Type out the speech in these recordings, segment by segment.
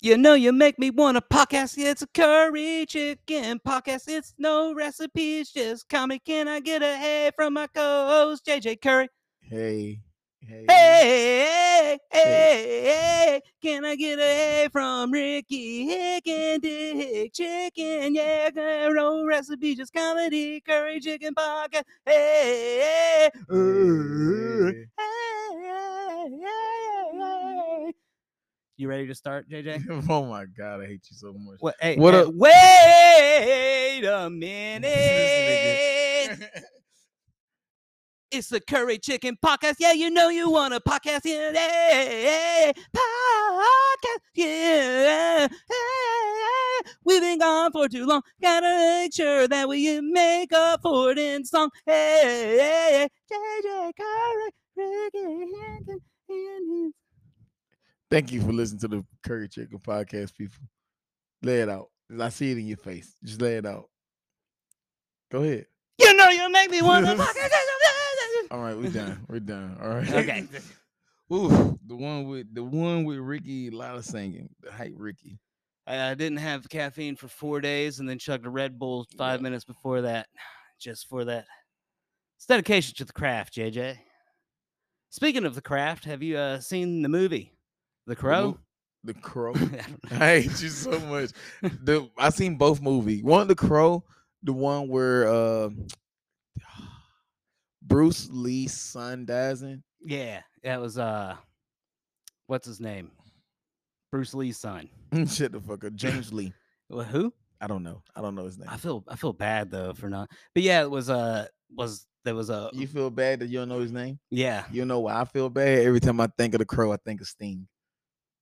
You know, you make me want to podcast. It's a curry chicken podcast. It's no recipe. It's just comic. Can I get a hey from my co-host JJ Curry? Hey, hey, Hey, hey, hey, Can I get a hey from Ricky Hick and Dick Chicken? Yeah, girl, no recipe. Just comedy. Curry chicken podcast. Hey, hey, hey, hey. hey, hey, hey. You ready to start, JJ? oh my god, I hate you so much. What, hey, What hey, a- wait a This minute. nigga. it's the Curry Chicken Podcast. Yeah, you know you want a podcast. Yeah, hey, hey, podcast. Yeah, hey, hey. we've been gone for too long. Gotta make sure that we make up for it in song. Hey, hey, hey, JJ Curry, Ricky Hankin, and his Thank you for listening to the Curry Chicken Podcast, people. Lay it out. I see it in your face. Just lay it out. Go ahead. You know you make me want to All right, we're done. We're done. All right. Okay. Ooh, the one with the one with Ricky, a lot of singing. The hype Ricky. I didn't have caffeine for four days and then chugged a Red Bull five Yeah. minutes before that, just for that. It's dedication to the craft, JJ. Speaking of the craft, have you uh, seen the movie The The mo- Crow? The crow. I don't know. I hate you so much. The I seen both movies. One the crow, the one where uh Bruce Lee's son dies in. yeah, that was uh, what's his name? Bruce Lee's son. Shut the fuck up. James Lee. Wha- Who? I don't know. I don't know his name. I feel I feel bad though for not. But yeah, it was uh was there was a You feel bad that you don't know his name? yeah You know why I feel bad? Every time I think of the crow, I think of Sting.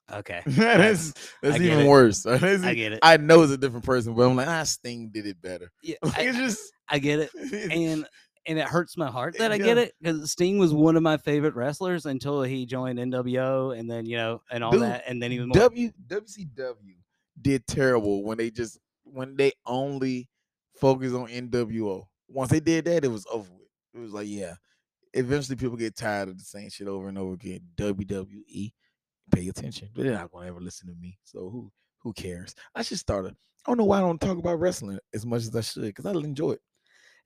okay that's that's I get even it. worse. That's I e- get it I know it's a different person, but I'm like, ah, Sting did it better. yeah Like, I, it's just I get it and and it hurts my heart that I get Yeah. it because Sting was one of my favorite wrestlers until he joined NWO and then you know and all Dude, that and then he was more, W WCW did terrible when they just when they only focus on NWO. Once they did that, it was over with. It was like, yeah. Eventually people get tired of the same shit over and over again. WWE, pay attention. They're not gonna ever listen to me. So who who cares? I should start a I don't know why I don't talk about wrestling as much as I should, because I'll enjoy it.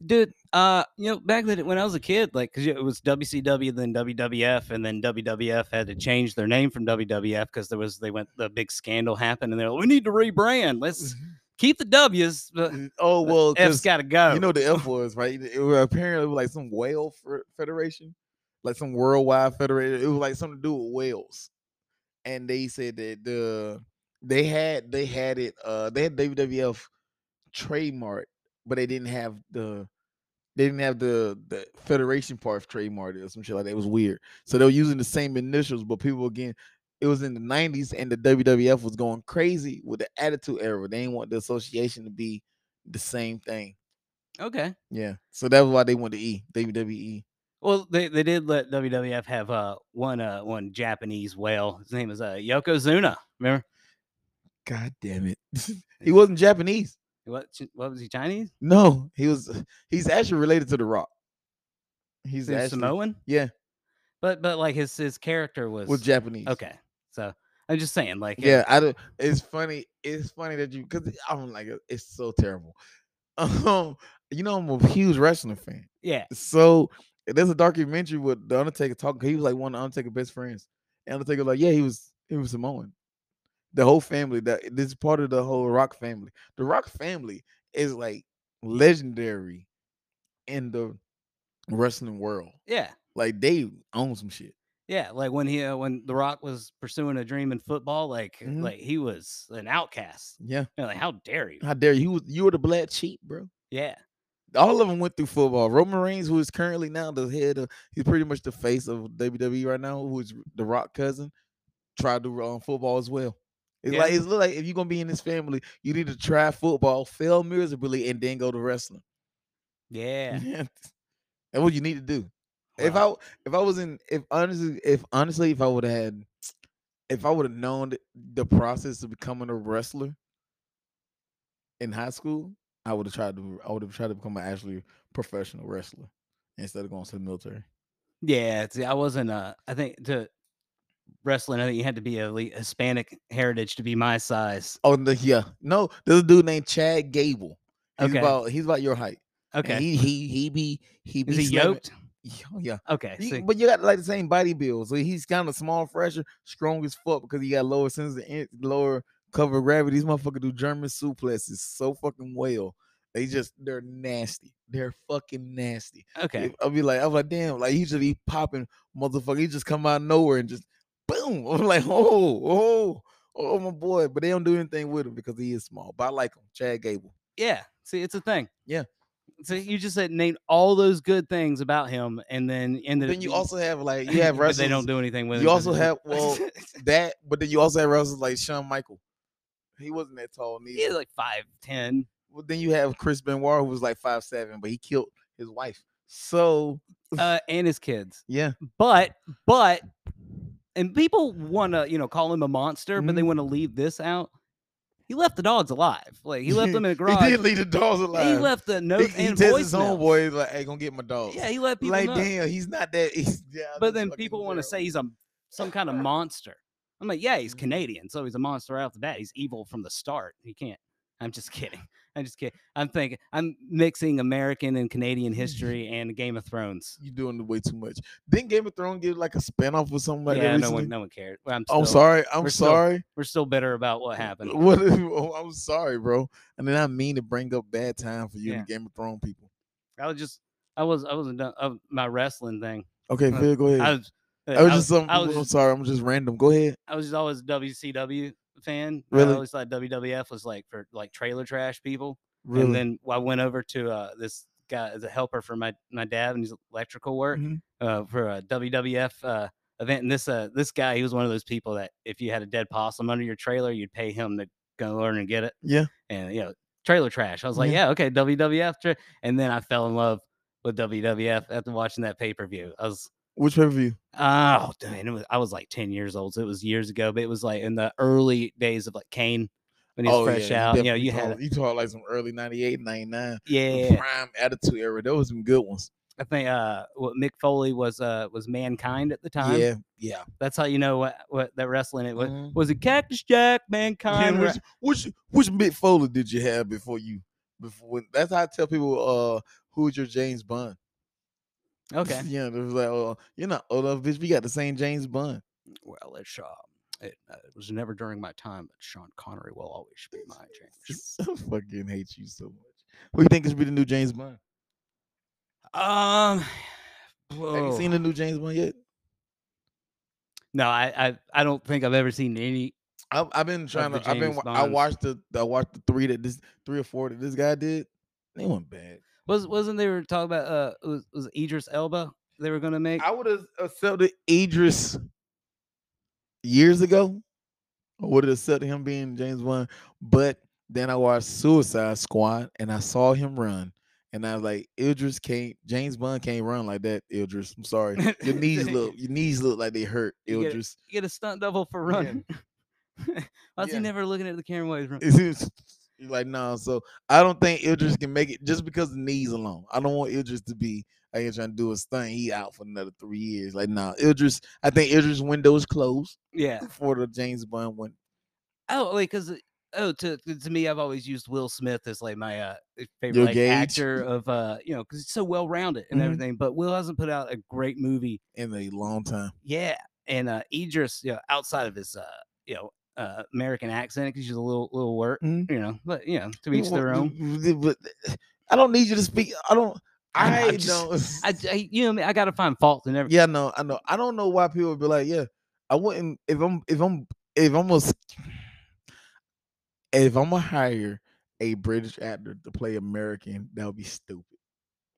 dude. Uh, you know, back then when I was a kid, like because it was WCW, then WWF, and then WWF had to change their name from WWF because there was they went the big scandal happened and they're like, we need to rebrand. Let's keep the W's, but oh Mm-hmm. well, F's 'cause- got to go. You know what the F was, right? It was apparently like some whale fer- federation, like some worldwide federation. It was like something to do with whales. And they said that the they had they had it uh they had WWF trademark, but they didn't have the they didn't have the the federation part of trademark or some shit like that. It was weird. So they were using the same initials, but people again, it was in the nineties and the WWF was going crazy with the attitude era. They didn't want the association to be the same thing. okay. Yeah. So that was why they went to E, WWE. Well, they, they did let WWF have uh one uh one Japanese whale. His name is uh Yokozuna. Remember God damn it. he wasn't Japanese. what? What was he Chinese? No, he was he's actually related to The Rock. He's He was actually Samoan? Yeah. But but like his his character was, was Japanese. okay. So I'm just saying like uh, Yeah, I don't it's funny. It's funny that you cuz I'm like it's so terrible. Um, you know I'm a huge wrestling fan. yeah So there's a documentary with the Undertaker talking. 'cause He was like one of the Undertaker best friends. And Undertaker was like, yeah, he was he was Samoan. The whole family that this is part of the whole Rock family. The Rock family is like legendary in the wrestling world. yeah Like they own some shit. yeah like when he uh, when The Rock was pursuing a dream in football like Mhm. like he was an outcast. Yeah. You know, like how dare you? How dare you? You was- You were the black sheep, bro. Yeah All of them went through football. Roman Reigns, who is currently now the head of, he's pretty much the face of WWE right now, who is the Rock cousin, tried to run football as well. It's Yeah. like it's look like if you're gonna be in this family, you need to try football, fail miserably, and then go to wrestling. yeah. That's what you need to do. If I Wow. w- if I was in if honestly if honestly if I would have had if I would have known th- the process of becoming a wrestler in high school, I would have tried to I would have tried to become an actually professional wrestler instead of going to the military. yeah see I wasn't uh I think to wrestling, I think you had to be a le- Hispanic heritage to be my size. Oh, the, yeah. No, there's a dude named Chad Gable. He's Okay. about he's about your height. And Okay. He he he be he be Is he slim- yoked? Yeah, yeah. Okay. You- So, but you got like the same body build, so he's kind of small, fresher, strong as fuck because he got lower sense of in- lower cover of gravity. These motherfuckers do German suplexes so fucking well. They just they're nasty. They're fucking nasty. okay. I'll be like, I'm like, damn, like he just be popping, motherfucker. He just come out of nowhere and just boom. I'm like, oh, oh, oh, my boy. But they don't do anything with him because he is small. But I like him, Chad Gable. Yeah. See, it's a thing. Yeah. So you just said named all those good things about him, and then ended. Then up- you also have like you have but they wrestlers don't do anything with. you him 'cause also it- have- well, that, but then you also have wrestlers like Shawn Michael. He wasn't that tall neither. he's like five ten. Well, then you have Chris Benoit, who was like five seven, but he killed his wife. So uh, and his kids. yeah, But but and people want to you know call him a monster, but they Mhm. want to leave this out. He left the dogs alive. Like he left them in the garage. he did leave the dogs He alive. left the note He, he and tells his voicemails. homeboy like, "Hey, gonna get my dog." Yeah, he let people like know. damn, he's not that. He's, yeah, but that's then fucking people want to say terrible. he's a some kind of monster. I'm like, yeah, he's Mhm. Canadian, so he's a monster right off the bat. He's evil from the start. He can't. I'm just kidding. I'm just kidding. I'm thinking. I'm mixing American and Canadian history and Game of Thrones. you doing the way too much. Didn't Game of Thrones give like a spinoff or something like yeah, that? no one, recently? Oh, no one cared. Well, I'm, still- I'm sorry. I'm we're still- sorry. We're still bitter about what happened. What? oh, I'm sorry, bro. And then I mean to bring up bad time for you Yeah. and the Game of Thrones people. I was just, I was, I wasn't done of my wrestling thing. Okay, Uh, Phil, go ahead. I was, uh, I was just some. I I was am just, sorry. I'm just random. Go ahead. I was just always WCW fan. Really? I always thought WWF was like for like trailer trash people. Really. And then I went over to uh, this guy as a helper for my my dad and his electrical work Mhm. uh, for a WWF uh, event. And this uh, this guy, he was one of those people that if you had a dead possum under your trailer, you'd pay him to go learn and get it. Yeah. and you know trailer trash. I was like, Yeah. yeah, okay, WWF. Tra-. And then I fell in love with WWF after watching that pay per view. I was Which pay per view? oh man, it was I was like ten years old. So it was years ago, but it was like in the early days of like Kane when Oh, he was fresh out. You know, you had Oh, you talk like some early 98, 99. the yeah. Prime attitude era. Those was some good ones. I think uh, what Mick Foley was uh was mankind at the time. Yeah, yeah. That's how you know what what that wrestling it was. Mhm. Was it Cactus Jack, Mankind? Man, Ra- which, which which Mick Foley did you have before you? Before that's how I tell people. Uh, who's your James Bond? okay. yeah, it was like, oh, you're not old enough, bitch. We got the same James Bond. Well, it's uh, it, uh, it was never during my time, but Sean Connery will always be my James. I fucking hate you so much. Who you think is be the new James Bond? Um, Have you whoa. seen the new James Bond yet? No, I, I I don't think I've ever seen any. I've, I've been trying the to. I've been. James wa- I Bonds. watched the. I watched the three that this three or four that this guy did. They weren't bad. Was wasn't they were talking about uh it was, was Idris Elba they were gonna make? I would have accepted Idris years ago. I would have accepted him being James Bond, but then I watched Suicide Squad and I saw him run, and I was like, Idris can't. James Bond can't run like that. Idris, I'm sorry. Your knees look. Your knees look like they hurt. You get- Idris. You get a stunt double for Yeah. running. Why's Yeah. he never looking at the camera while he's running? It's- it's- it's like no, so I don't think Idris can make it just because the knees alone. I don't want Idris to be like here trying to do his thing. He out for another three years. Like no, Idris. I think Idris' window is closed Yeah. for the James Bond one. Oh, like because oh to to me, I've always used Will Smith as like my uh Your favorite like, gauge. actor of uh you know because it's so well rounded and Mhm. everything. But Will hasn't put out a great movie in a long time. Yeah, and uh, Idris, you know, outside of his, uh, you know, uh, American accent, because he's a little little work, Mhm. you know, but you know, to each Well, their own. w- w- but I don't need you to speak. I don't. I know, I I'm just- don't. I, j- I- you know, what I, mean? I gotta find fault in every. yeah, no, I know. I don't know why people be like, yeah, I wouldn't. If I'm, if I'm, if I'm a, s- if I'm gonna hire a British actor to play American, that would be stupid.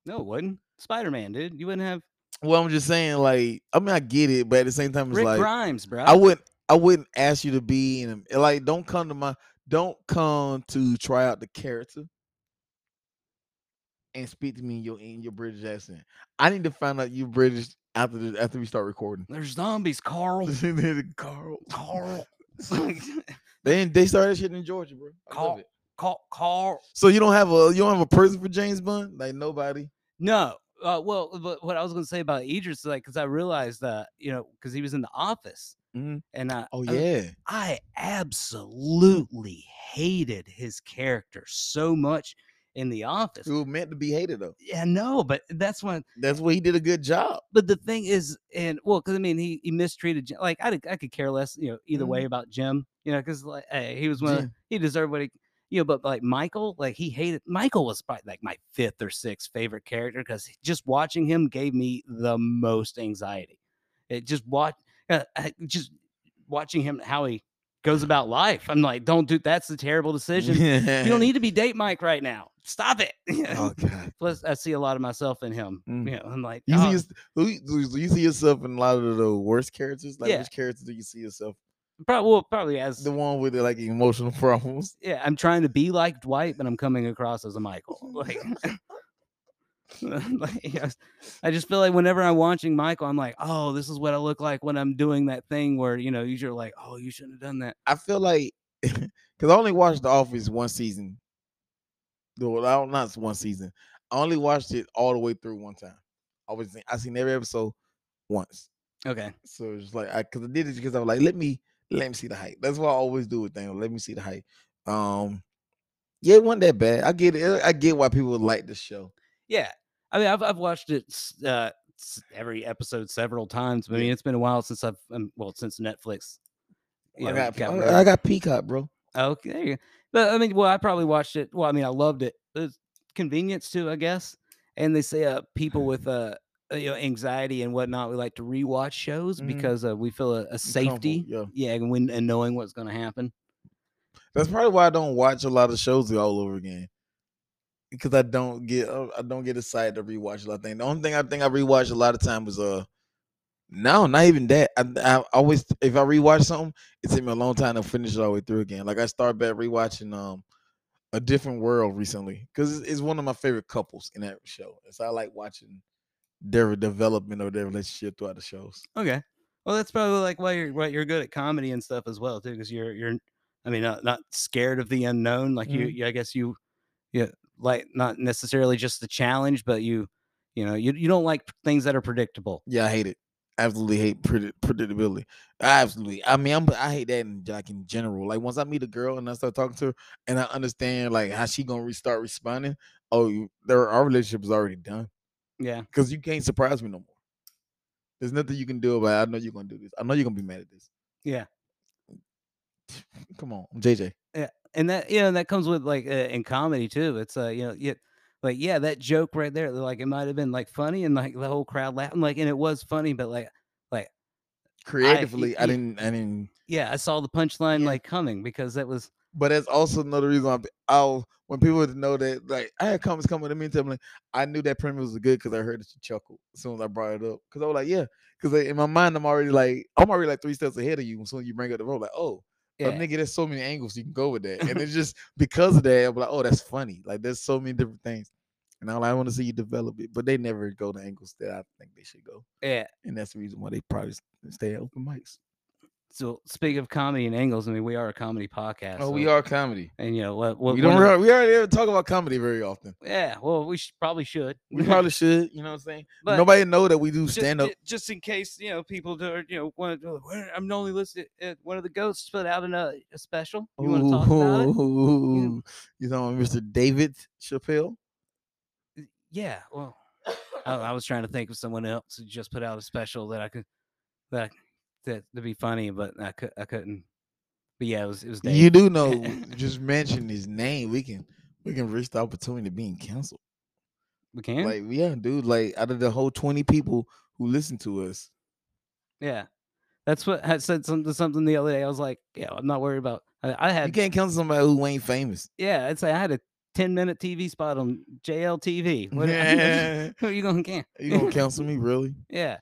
No, it wouldn't Spider Man, dude? You wouldn't have Well, I'm just saying, like, I mean, I get it, but at the same time, it's Rick like, Grimes, bro. I wouldn't I wouldn't ask you to be in a- like don't come to my don't come to try out the character and speak to me in your in your British accent. I need to find out you British after the, after we start recording. There's zombies, Carl. Carl. Carl. They they started that shit in Georgia, bro. I love Carl. it. Carl. Carl. So you don't have a you don't have a person for James Bond? Like nobody. No. Uh, well, but what I was gonna say about Idris, like, because I realized that you know, because he was in the office, Mhm. and I Oh I- yeah. I absolutely hated his character so much in The Office. Who meant to be hated though. Yeah, no, but that's when. That's what he did a good job. But the thing is, and well, because I mean, he, he mistreated Jim. Like I, did- I could care less, you know, either Mhm. way about Jim, you know, because like hey, he was one, of, Jim. he deserved what he, you know. But like Michael, like he hated Michael was probably like my fifth or sixth favorite character because just watching him gave me the most anxiety. It just watch, uh, I- just watching him how he goes about life. I'm like, don't do that's a terrible decision. you don't need to be date Mike right now. Stop it. You know? Oh god. Plus, I see a lot of myself in him. Mm. You know, I'm like, You "Oh, see, us- who you- do you- you see yourself in a lot of the worst characters. Like Yeah. which characters do you see yourself? Probably, well, probably as The one with the like emotional problems. yeah. I'm trying to be like Dwight, but I'm coming across as a Michael. Like, like, yes, I just feel like whenever I'm watching Michael, I'm like, oh, this is what I look like when I'm doing that thing where you know you're like, oh, you shouldn't have done that. I feel like because I only watched The Office one season. Well, I don't, not one season. I only watched it all the way through one time. I was I seen every episode once. Okay, So it's just like I because I did it because I was like, let me let me see the hype. That's what I always do with things. Let me see the hype. Um, yeah, it wasn't that bad. I get it. I get why people like the show. yeah. I mean, I've I've watched it s- uh, s- every episode several times. But I Yeah. mean, it's been a while since I've um, well since Netflix. you I know, got, got I- rid of I got Peacock, bro. Okay, there you go. But I mean, well, I probably watched it. Well, I mean, I loved it. It's convenience too, I guess. And they say uh, people with uh, uh, you know, anxiety and whatnot, we like to rewatch shows Mhm. because uh, we feel a, a safety. yeah. and when and knowing what's going to happen. That's probably why I don't watch a lot of shows all over again. Because I don't get uh, I don't get excited to rewatch a lot of things. The only thing I think I rewatch a lot of time was uh no, not even that. I, I always if I rewatch something, it takes me a long time to finish it all the way through again. Like I started back rewatching um a different world recently because it's, it's one of my favorite couples in that show. So I like watching their development of their relationship throughout the shows. Okay. Well, that's probably like why you're why you're good at comedy and stuff as well too, because you're you're, I mean, not, not scared of the unknown. Like you, Mhm. you, I guess you, yeah, like not necessarily just the challenge, but you, you know, you you don't like things that are predictable. Yeah, I hate it. Absolutely hate predi- predictability. I absolutely. I mean, I'm, I hate that in like in general. Like once I meet a girl and I start talking to her, and I understand like how she gonna re- start responding. Oh, you- there, our relationship is already done Yeah. because you can't surprise me no more. There's nothing you can do about. it. I know you're gonna do this. I know you're gonna be mad at this. Yeah. Come on, I'm JJ. and that you know that comes with like uh, in comedy too it's uh you know yeah like yeah that joke right there like it might have been like funny and like the whole crowd laughing like and it was funny but like Creatively, I, y- didn't. I didn't. yeah i saw the punchline Yeah. like coming because that was But that's also another reason why I'll when people would know that like I had comments coming to me and telling me I knew that premise was good because I heard that you chuckled as soon as I brought it up because I was like yeah because in my mind I'm already like I'm already like three steps ahead of you as soon as you bring up the road like oh yeah but nigga there's so many angles you can go with that and it's just because of that I'm like oh that's funny like there's so many different things and I'm like, I want to see you develop it but they never go to angles that I think they should go yeah and that's the reason why they probably s- stay at open mics. so speaking of comedy and angles i mean we are a comedy podcast Oh, we so- are comedy. and you know what, what We don't. one of- rea- We already don't talk about comedy very often. yeah well we should, probably should We probably should, you know what I'm saying? But Nobody know that we do just, stand up. ju- just in case you know people do or, you know want to i'm only listed uh, one of the ghosts put out in a, a special you want to talk about it Ooh, You know, Mr. David Chappelle. yeah well I, I was trying to think of someone else who just put out a special that I could that that to be funny, but I could I couldn't. But yeah, it was it was Dave. You do know. just mention his name. We can we can reach the opportunity of being canceled. we can Like yeah, dude. Like out of the whole twenty people who listen to us, yeah. That's what I said something something the other day. I was like, yeah, I'm not worried about. I, I you had can't cancel somebody who ain't famous. yeah, I'd say I had a 10 minute TV spot on JLTV. What, who are you gonna can? you gonna cancel me really? Yeah,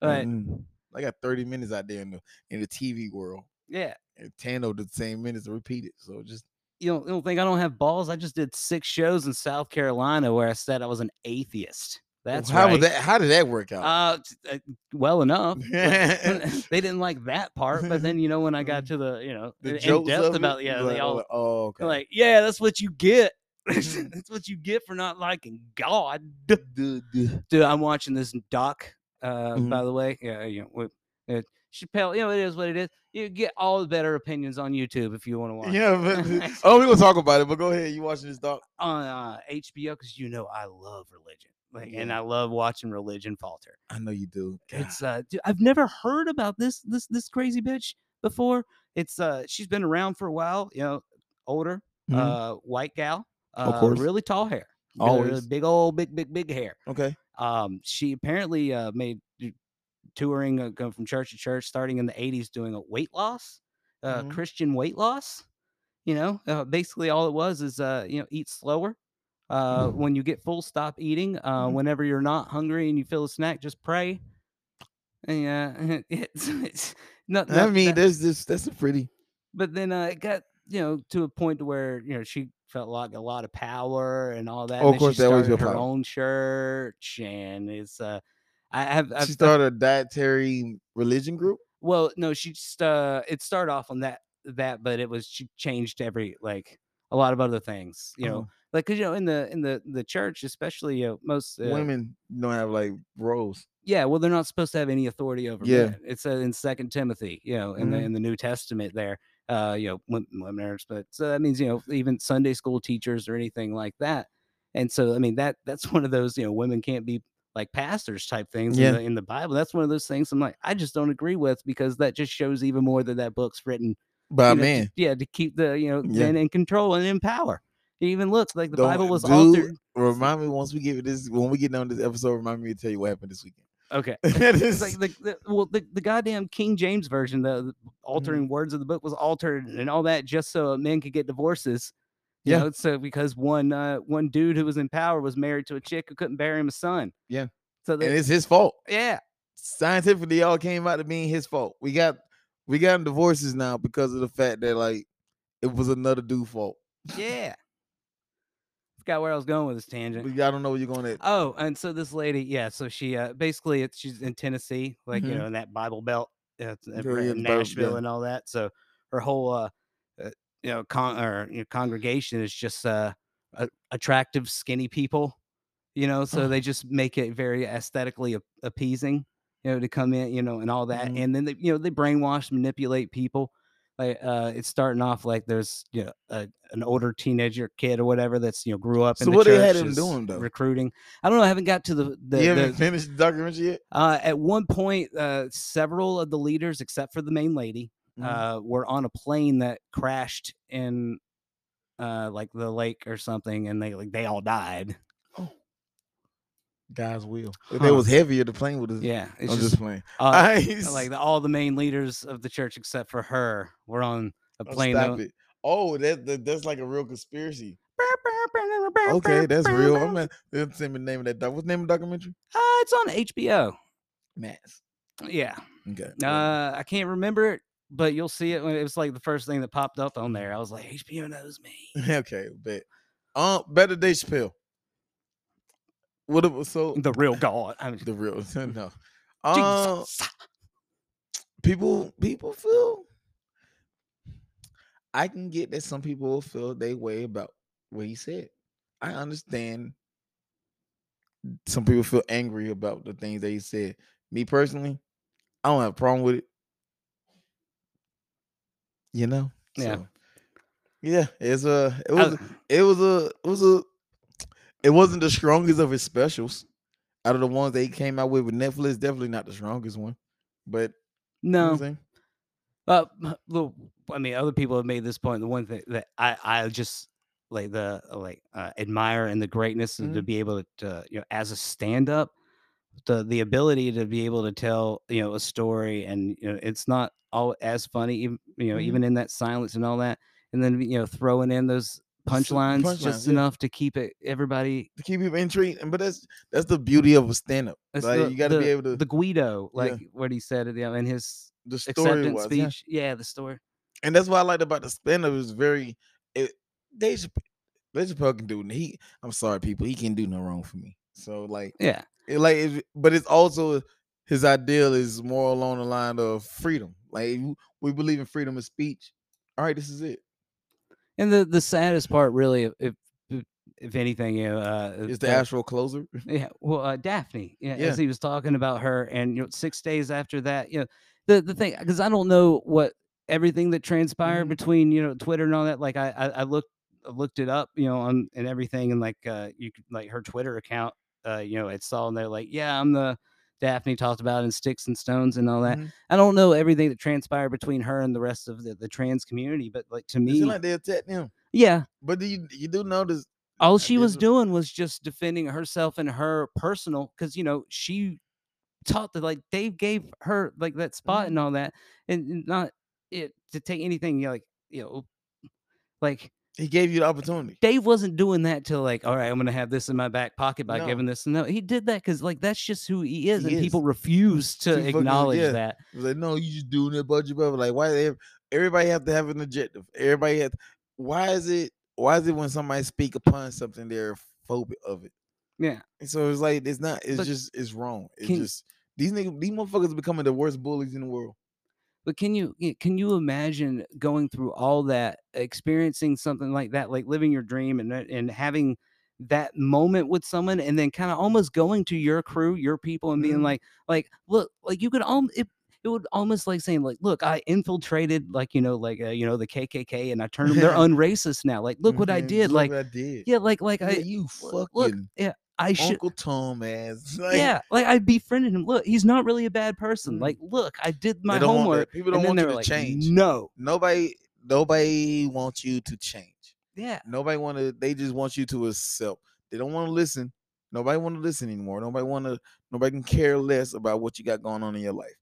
but Mm-mm. I got thirty minutes out there in the in the TV world. yeah. and Tano did the same minutes to repeat it. So just You don't, you don't think I don't have balls? I just did six shows in South Carolina where I said I was an atheist. That's how right. was that? How did that work out? Uh, t- uh, well enough. Like, they didn't like that part, but then you know when I got to the you know Mm-hmm. the in- in jokes of depth it, about yeah, you they like, all oh, okay. like yeah, that's what you get. Mhm. that's what you get for not liking God. Duh, duh. Dude, I'm watching this doc. Uh, Mhm. by the way, yeah, you know, with- it, Chappelle. You know, it is what it is. You get all the better opinions on YouTube if you want to watch. Yeah, but oh, we gonna talk about it. But go ahead, you watching this doc? On uh, HBO, because you know I love religion, like, and Yeah. I love watching religion falter. I know you do. It's uh, dude, I've never heard about this this this crazy bitch before. It's uh, she's been around for a while. You know, older, Mhm. uh, white gal, uh, Of course. really tall hair, really, really Always. big old, big, big, big hair. okay. Um, she apparently uh, made d- touring uh, going from church to church, starting in the '80s, doing a weight loss, uh, Mhm. Christian weight loss. You know, uh, basically all it was is uh, you know eat slower. Uh, Mm-hmm. when you get full, stop eating. Uh, Mhm. Whenever you're not hungry and you feel a snack, just pray. And, uh, it's, it's not, I not- mean, not- that's just that's a pretty. but then uh, it got you know to a point to where you know she felt like a lot of power and all that. and Oh, of then course, she they always started feel her power. own church, and it's uh, I have I've, she I've- started a dietary religion group. well, no, she just uh, it started off on that that, but it was she changed every like a lot of other things, you know, Oh, like because you know in the in the the church, especially uh, most uh, women don't have like roles. yeah, well, they're not supposed to have any authority over Yeah. men. It's uh, in Second Timothy, you know, in the Mhm. in the New Testament there, uh, you know, wom- women are. But so that means you know, even Sunday school teachers or anything like that. And so, I mean, that that's one of those you know, women can't be like pastors type things Yeah. in, the, in the Bible. That's one of those things. I'm like, I just don't agree with because that just shows even more that that book's written you By know, a to- man, yeah, to keep the you know Yeah. men in control and in power. It even looks like the Don't- Bible was dude, authored. Remind me once we get this when we get down to this episode. Remind me to tell you what happened this weekend. Okay, This- It's like the, the well, the, the goddamn King James version, the, the altering Mm-hmm. words of the book was altered and all that just so men could get divorces. You Yeah. know, so because one uh, one dude who was in power was married to a chick who couldn't bear him a son. Yeah. So and that, it's his fault. yeah, Scientifically, all came out to being his fault. We got we got divorces now because of the fact that like it was another dude fault. yeah. Forgot where I was going with this tangent. We, I don't know where you're going at. Oh, and so this lady, yeah, so she uh, basically it's, she's in Tennessee, like you Mhm. know, in that Bible Belt, uh, it's, uh, Girl, right yeah, in the Bible- Nashville, yeah. and all that. So her whole, uh, uh you know, con or you know, congregation is just uh, a- attractive, skinny people, you know, so they just make it very aesthetically ap- appeasing, you know, to come in, you know, and all that, Mhm. and then they, you know they brainwash, manipulate people. Like uh, it's starting off like there's you know a, an older teenager kid or whatever that's you know grew up. So in the what they had church, him is doing, though? Recruiting. I don't know. I haven't got to the, the, you the- haven't finished the documentary yet. uh, at one point, uh, several of the leaders, except for the main lady, Mhm. uh, were on a plane that crashed in uh, like the lake or something, and they like they all died. God's will. If huh. it was heavier, the plane would have. Yeah, it's I'm just, just, playing. uh, Ice. like the, all the main leaders of the church, except for her, were on a Oh, plane. Stop that- it. Oh, that, that that's like a real conspiracy. Okay, that's real. I'm not. Let's send me the name of that. Doc. What's the name of the documentary? Uh, it's on HBO. Mass. Yeah, Okay. Oh. Uh, I can't remember it, but you'll see it. When it was like the first thing that popped up on there. I was like, HBO knows me. okay, bet. Um, better day Chappelle. What it was so The real God. I mean, the real no. Um, people people feel. I can get that some people feel they way about what he said. I understand. Some people feel angry about the things that he said. Me personally, I don't have a problem with it. You know. Yeah. So, yeah, it's a it was Jesus. it was a it was a it wasn't the strongest of his specials out of the ones they came out with with netflix definitely not the strongest one but you know what I'm no. saying? Uh, m- the, I mean, other people have made this point. The one thing that I, I just like the like uh, admire and the greatness and to Mhm. be able to, uh, you know, as a stand up, the the ability to be able to tell you know a story and you know it's not all as funny, even, you know, Mhm. even in that silence and all that, and then you know throwing in those Just the punchlines punchlines, just yeah. enough to keep it everybody. to keep people intrigued and but that's that's the beauty of a stand-up that's like the- you got to be the- able to the the, Guido, Yeah. like what he said at the in his story acceptance was yeah. speech. Yeah. the story. and that's what i liked about the stand-up is very it they Dave Chappelle can do he i'm sorry people he can do no wrong for me so like Yeah, it, like it, but it's also his ideal is more along the line of freedom like you- we believe in freedom of speech all right this is it and the the saddest part, really, if if, if anything, you know, uh, is the that- astral closer Yeah, well, uh, Daphne, yeah, Yeah. as he was talking about her, and you know, six days after that, you know, the the thing because I don't know what everything that transpired Mhm. between you know Twitter and all that. Like I I, I looked I looked it up, you know, on and everything, and like uh you could like her Twitter account, uh you know, it saw and they're like, yeah, I'm the Daphne talked about in sticks and stones and all that. Mhm. I don't know everything that transpired between her and the rest of the, the trans community, but like to It me, seem like they attacked them. yeah, But do you you do notice all at she the was end doing was just defending herself and her personal because you know she taught that like they gave her like that spot Mhm. and all that and and not it to take anything you know, like you know like he gave you the opportunity? dave wasn't doing that to like all right i'm gonna have this in my back pocket by No. giving this and that he did that because like that's just who he is He and is. people refuse to fucking- acknowledge yeah. that It was like, no, you just doing it, budget, blah, Like, why they have, everybody have to have an objective? Everybody has. Why is it? Why is it when somebody speak upon something they're phobic of it? Yeah. And so it's like it's not. It's But just it's wrong. It's can- just these niggas, these motherfuckers becoming the worst bullies in the world. but can you y- can you imagine going through all that experiencing something like that like living your dream and that- and having that moment with someone and then kind of almost going to your crew your people and being Mhm. like like look like you could um it, it would almost like saying like look i infiltrated like you know like uh, you know the kkk and i turned them they're unracist now like look what i Mhm. did Look like what I did. yeah like like Yeah, i you look, fucking look yeah i should Uncle Tom ass. Like, yeah like i befriended him look he's not really a bad person Mm. like look i did they my don't want that. homework People and then don't want they you were to like change. no Nobody, nobody wants you to change. yeah Nobody want to. They just want you to accept. They don't want to listen. Nobody want to listen anymore. Nobody want to. Nobody can care less about what you got going on in your life.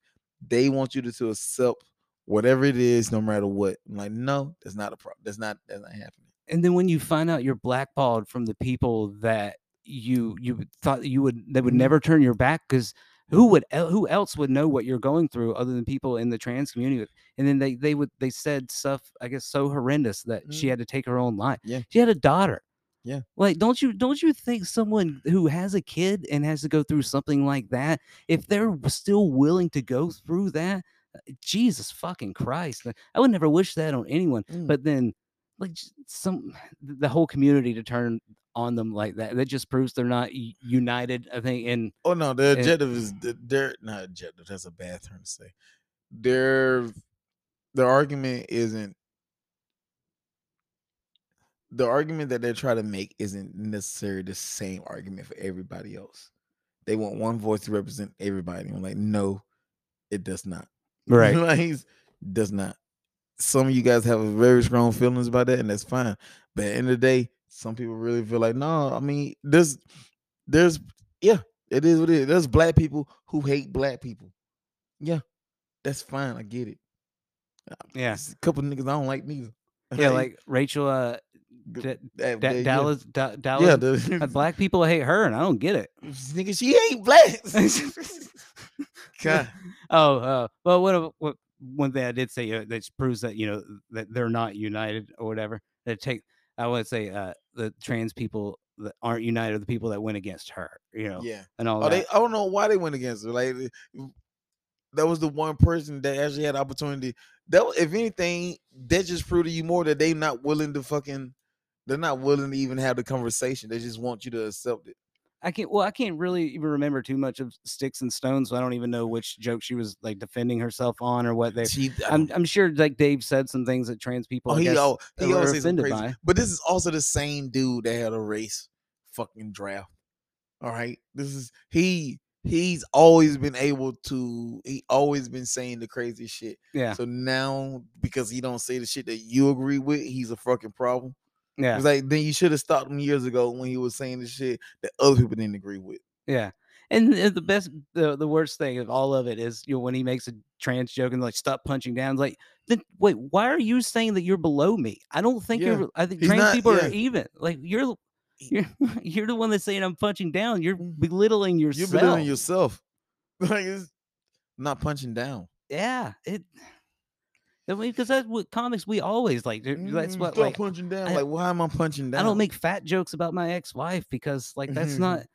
They want you to, to accept whatever it is, no matter what. I'm like, no, that's not a problem. That's not. That's not happening. and then when you find out you're blackballed from the people that you you would- thought that you would they would Mhm. never turn your back because who would el- who else would know what you're going through other than people in the trans community and then they they would they said stuff i guess so horrendous that she Mhm. had to take her own life Yeah. she had a daughter Yeah. like don't you don't you think someone who has a kid and has to go through something like that if they're w- still willing to go through that uh, jesus fucking christ like, i would never wish that on anyone Mm. but then like j- some th- the whole community to turn on them like that that just proves they're not u- united i think and Oh no, the And- objective is the- their not objective. That's a bad term to say. Their their argument isn't the argument that they try to make isn't necessarily the same argument for everybody else. They want one voice to represent everybody. I'm like, no, it does not. like, it's- does not. Some of you guys have very strong feelings about that, and that's fine. But at the end of the day, some people really feel like, no, I mean, there's there's yeah, it is what it is. There's black people who hate black people. Yeah, that's fine. I get it. yeah There's a couple niggas I don't like neither. yeah like rachel uh Th- Da- that- Da- that- yeah. dallas Da- dallas Yeah, uh, the- black people hate her and i don't get it Nigga, she ain't black. God. oh uh, well what, a- what one thing i did say uh, that proves that you know that they're not united or whatever that take i would say uh the trans people that aren't united are the people that went against her you know Yeah. and all Oh, that they, I don't know why they went against her. Like w- that was the one person that actually had opportunity. That wa- if anything, that just proved to you more that they not willing to fucking they're not willing to even have the conversation. They just want you to accept it. I can't. Well, I can't really even remember too much of sticks and stones. So I don't even know which joke she was like defending herself on or what they. She, I I'm, don't- I'm sure like Dave said some things that trans people. oh, I he, guess, al- that he we always were say some offended crazy. by. But this is also the same dude that had a race fucking draft. All right, this is he. He's always been able to. He always been saying the crazy shit. yeah, So now, because he don't say the shit that you agree with, he's a fucking problem. yeah, It's like then you should have stopped him years ago when he was saying the shit that other people didn't agree with. yeah. And the the best, the, the worst thing of all of it is you know when he makes a trans joke and like stop punching down. it's Like, then wait, why are you saying that you're below me? I don't think Yeah. you're. I think He's trans not- people yeah. are even. Like you're. He- You're, you're the one that's saying I'm punching down. You're Mhm. belittling You're yourself. belittling yourself. Like it's not punching down. yeah it i mean because that's what comics we always like do- that's Mm, what stop like punching down. I- like why am I punching down? i don't make fat jokes about my ex-wife because like that's Mhm. not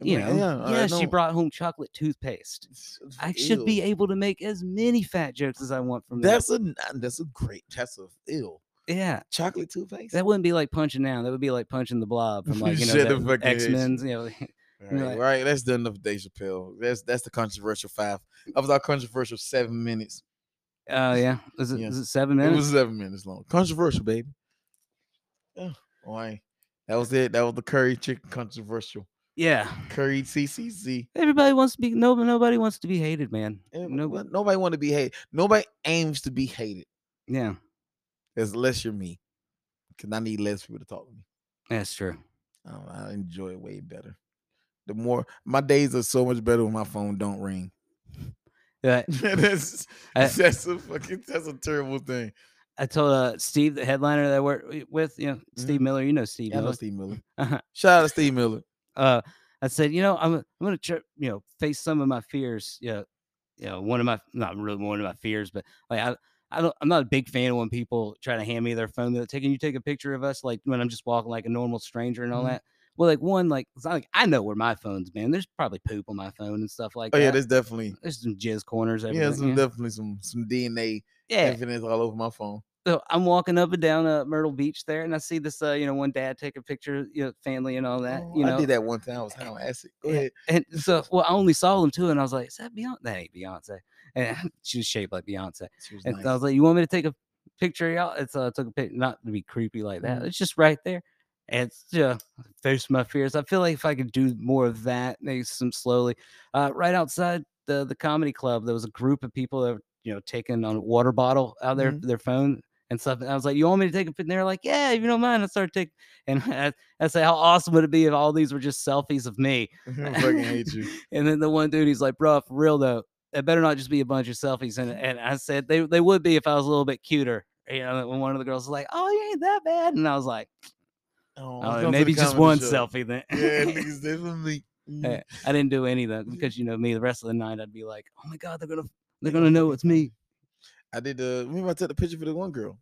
I'm you like, know yeah, I yeah, she don't- brought home chocolate toothpaste It's- i should be ew. able to make as many fat jokes as i want from that That's a n- uh, that's a great. That's a ill yeah chocolate toothpaste. that wouldn't be like punching down that would be like punching the blob from like you know Shut that the fuck up. x-men's you know All right, Right. all right, that's done enough of Dave Chappelle. That's that's the controversial five. That was our controversial seven minutes. Oh yeah, is it, Yeah. is it seven It minutes? was seven minutes long. Controversial, baby. Yeah. Why? That was it. That was the curry chicken controversial. yeah, Curry CCC. everybody wants to be no, nobody wants to be hated, man. Nobody, Nobody, nobody want to be hated. Nobody aims to be hated, yeah, as less you're me. Cause I need less people to talk to me. that's true. I, don't know, I enjoy it way better. The more my days are so much better when my phone don't ring. Yeah, that's I- that's a fucking that's a terrible thing. I told uh, Steve, the headliner that I work wi- with, you know, Steve Miller, you know Steve Mm-hmm. Yeah, I know Miller. Steve Miller. Uh-huh. Shout out to Steve Miller. Uh, I said, you know, I'm I'm gonna try, you know face some of my fears. You know, you know, one of my not really one of my fears, but like I. I don't, I'm not a big fan of when people try to hand me their phone. They're like, "Hey, can you take a picture of us? Like when I'm just walking like a normal stranger and all Mhm. that. Well, like one, like it's not like I know where my phone's been. There's probably poop on my phone and stuff like Oh that. yeah, there's definitely there's some jizz corners. yeah, everything, some, Yeah, definitely some some DNA yeah. evidence all over my phone. So I'm walking up and down uh, Myrtle Beach there, and I see this, uh, you know, one dad take a picture, you know, family and all that. Oh, you know, I did that one time. I was kind of acid. Go Yeah. ahead. and so well, I only saw them two, and I was like, "Is that Beyonce? That ain't Beyonce." And she was shaped like Beyonce, She was and nice. I was like, "You want me to take a picture, of y'all?" It's so I took a picture, not to be creepy like that. Mhm. It's just right there, and it's yeah, face my fears. I feel like if I could do more of that, maybe some slowly, uh, right outside the the comedy club, there was a group of people that were, you know taking on a water bottle out of their Mhm. their phone. And stuff. And I was like, "You want me to take a picture?" And they're like, "Yeah, if you don't mind." I started taking, and I, I said, "How awesome would it be if all these were just selfies of me?" I fucking hate you. And then the one dude, he's like, bro, for real though, it better not just be a bunch of selfies. And, and I said, they, they would be if I was a little bit cuter. You know, and one of the girls was like, oh, you ain't that bad. And I was like, Oh, "Oh, come to maybe the just comedy one show. selfie then. Yeah, niggas definitely. Yeah, Mm. I didn't do any though, because you know me, the rest of the night I'd be like, oh my God, they're going to, they're going to know it's me. I did. Uh, remember I took the picture for the one girl,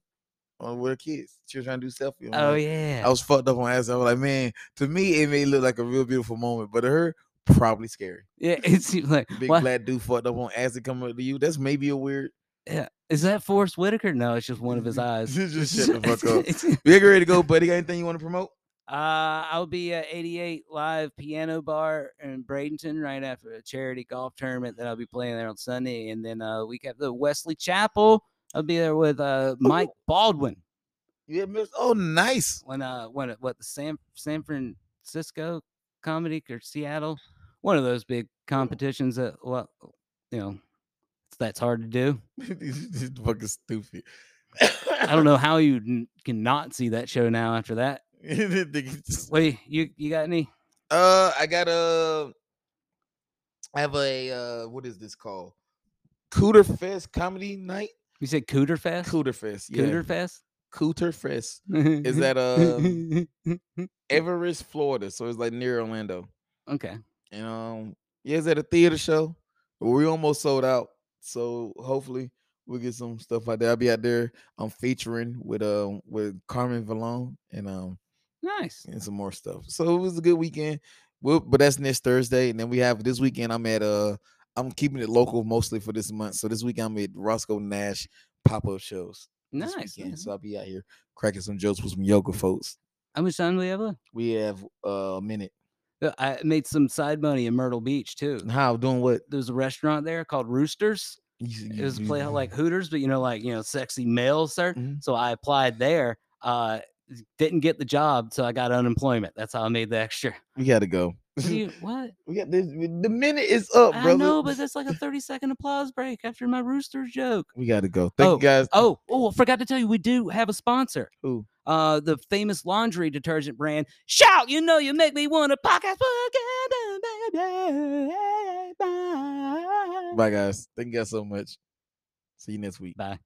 on with her kids. She was trying to do selfie. on Oh her- yeah. I was fucked up on acid. I was like, man. To me, it may look like a real beautiful moment, but to her, probably scary. yeah. It seems like, Big what? black dude fucked up on acid coming up to you. That's maybe a weird. is that Forrest Whitaker? No, it's just one of his eyes. just shut the fuck up. Big ready to go, buddy. Got anything you want to promote? Uh, I'll be at 88 Live Piano Bar in Bradenton right after a charity golf tournament that I'll be playing there on Sunday. And then uh, we got the Wesley Chapel. I'll be there with uh, Mike Baldwin Yeah, miss. Oh, nice. when uh when what the San San Francisco comedy or Seattle, one of those big competitions that well you know that's hard to do. this is fucking stupid. I don't know how you n- cannot see that show now after that. know. Wait, you you got any? uh, I got a. I have a uh, what is this called? Cooter Fest comedy night. You said Cooter Fest. Cooter Fest. Yeah. Cooter Fest. Cooter Fest Is is that um Everest, Florida. So it's like near Orlando. okay. And um, yeah, it's at a theater show. but We almost sold out. So hopefully we get some stuff out there. I'll be out there. I'm featuring with um with Carmen Vallone and um Nice. and some more stuff. So it was a good weekend. Well, but that's next Thursday, and then we have this weekend. I'm at uh, I'm keeping it local mostly for this month. So this week I'm at Roscoe Nash pop up shows. this Nice. weekend. nice. So I'll be out here cracking some jokes with some yoga folks. How much time do we have left? We have uh, a minute. Uh, I made some side money in Myrtle Beach too. How doing what? There was a restaurant there called Roosters. It was a play like Mm-hmm. Hooters, but you know, like you know, sexy male, sir. Mhm. So I applied there. Uh, d- didn't get the job, so I got unemployment. That's how I made the extra. we got to go. You- what? We got this. The minute is up, Oh, brother. I know, but that's like a thirty second applause break after my Roosters joke. we got to go. Thank you guys. Oh, oh, I forgot to tell you, we do have a sponsor. Who? uh, the famous laundry detergent brand. Shout, you know you make me want to podcast. uh Bye, guys. Thank you guys so much. See you next week. Bye.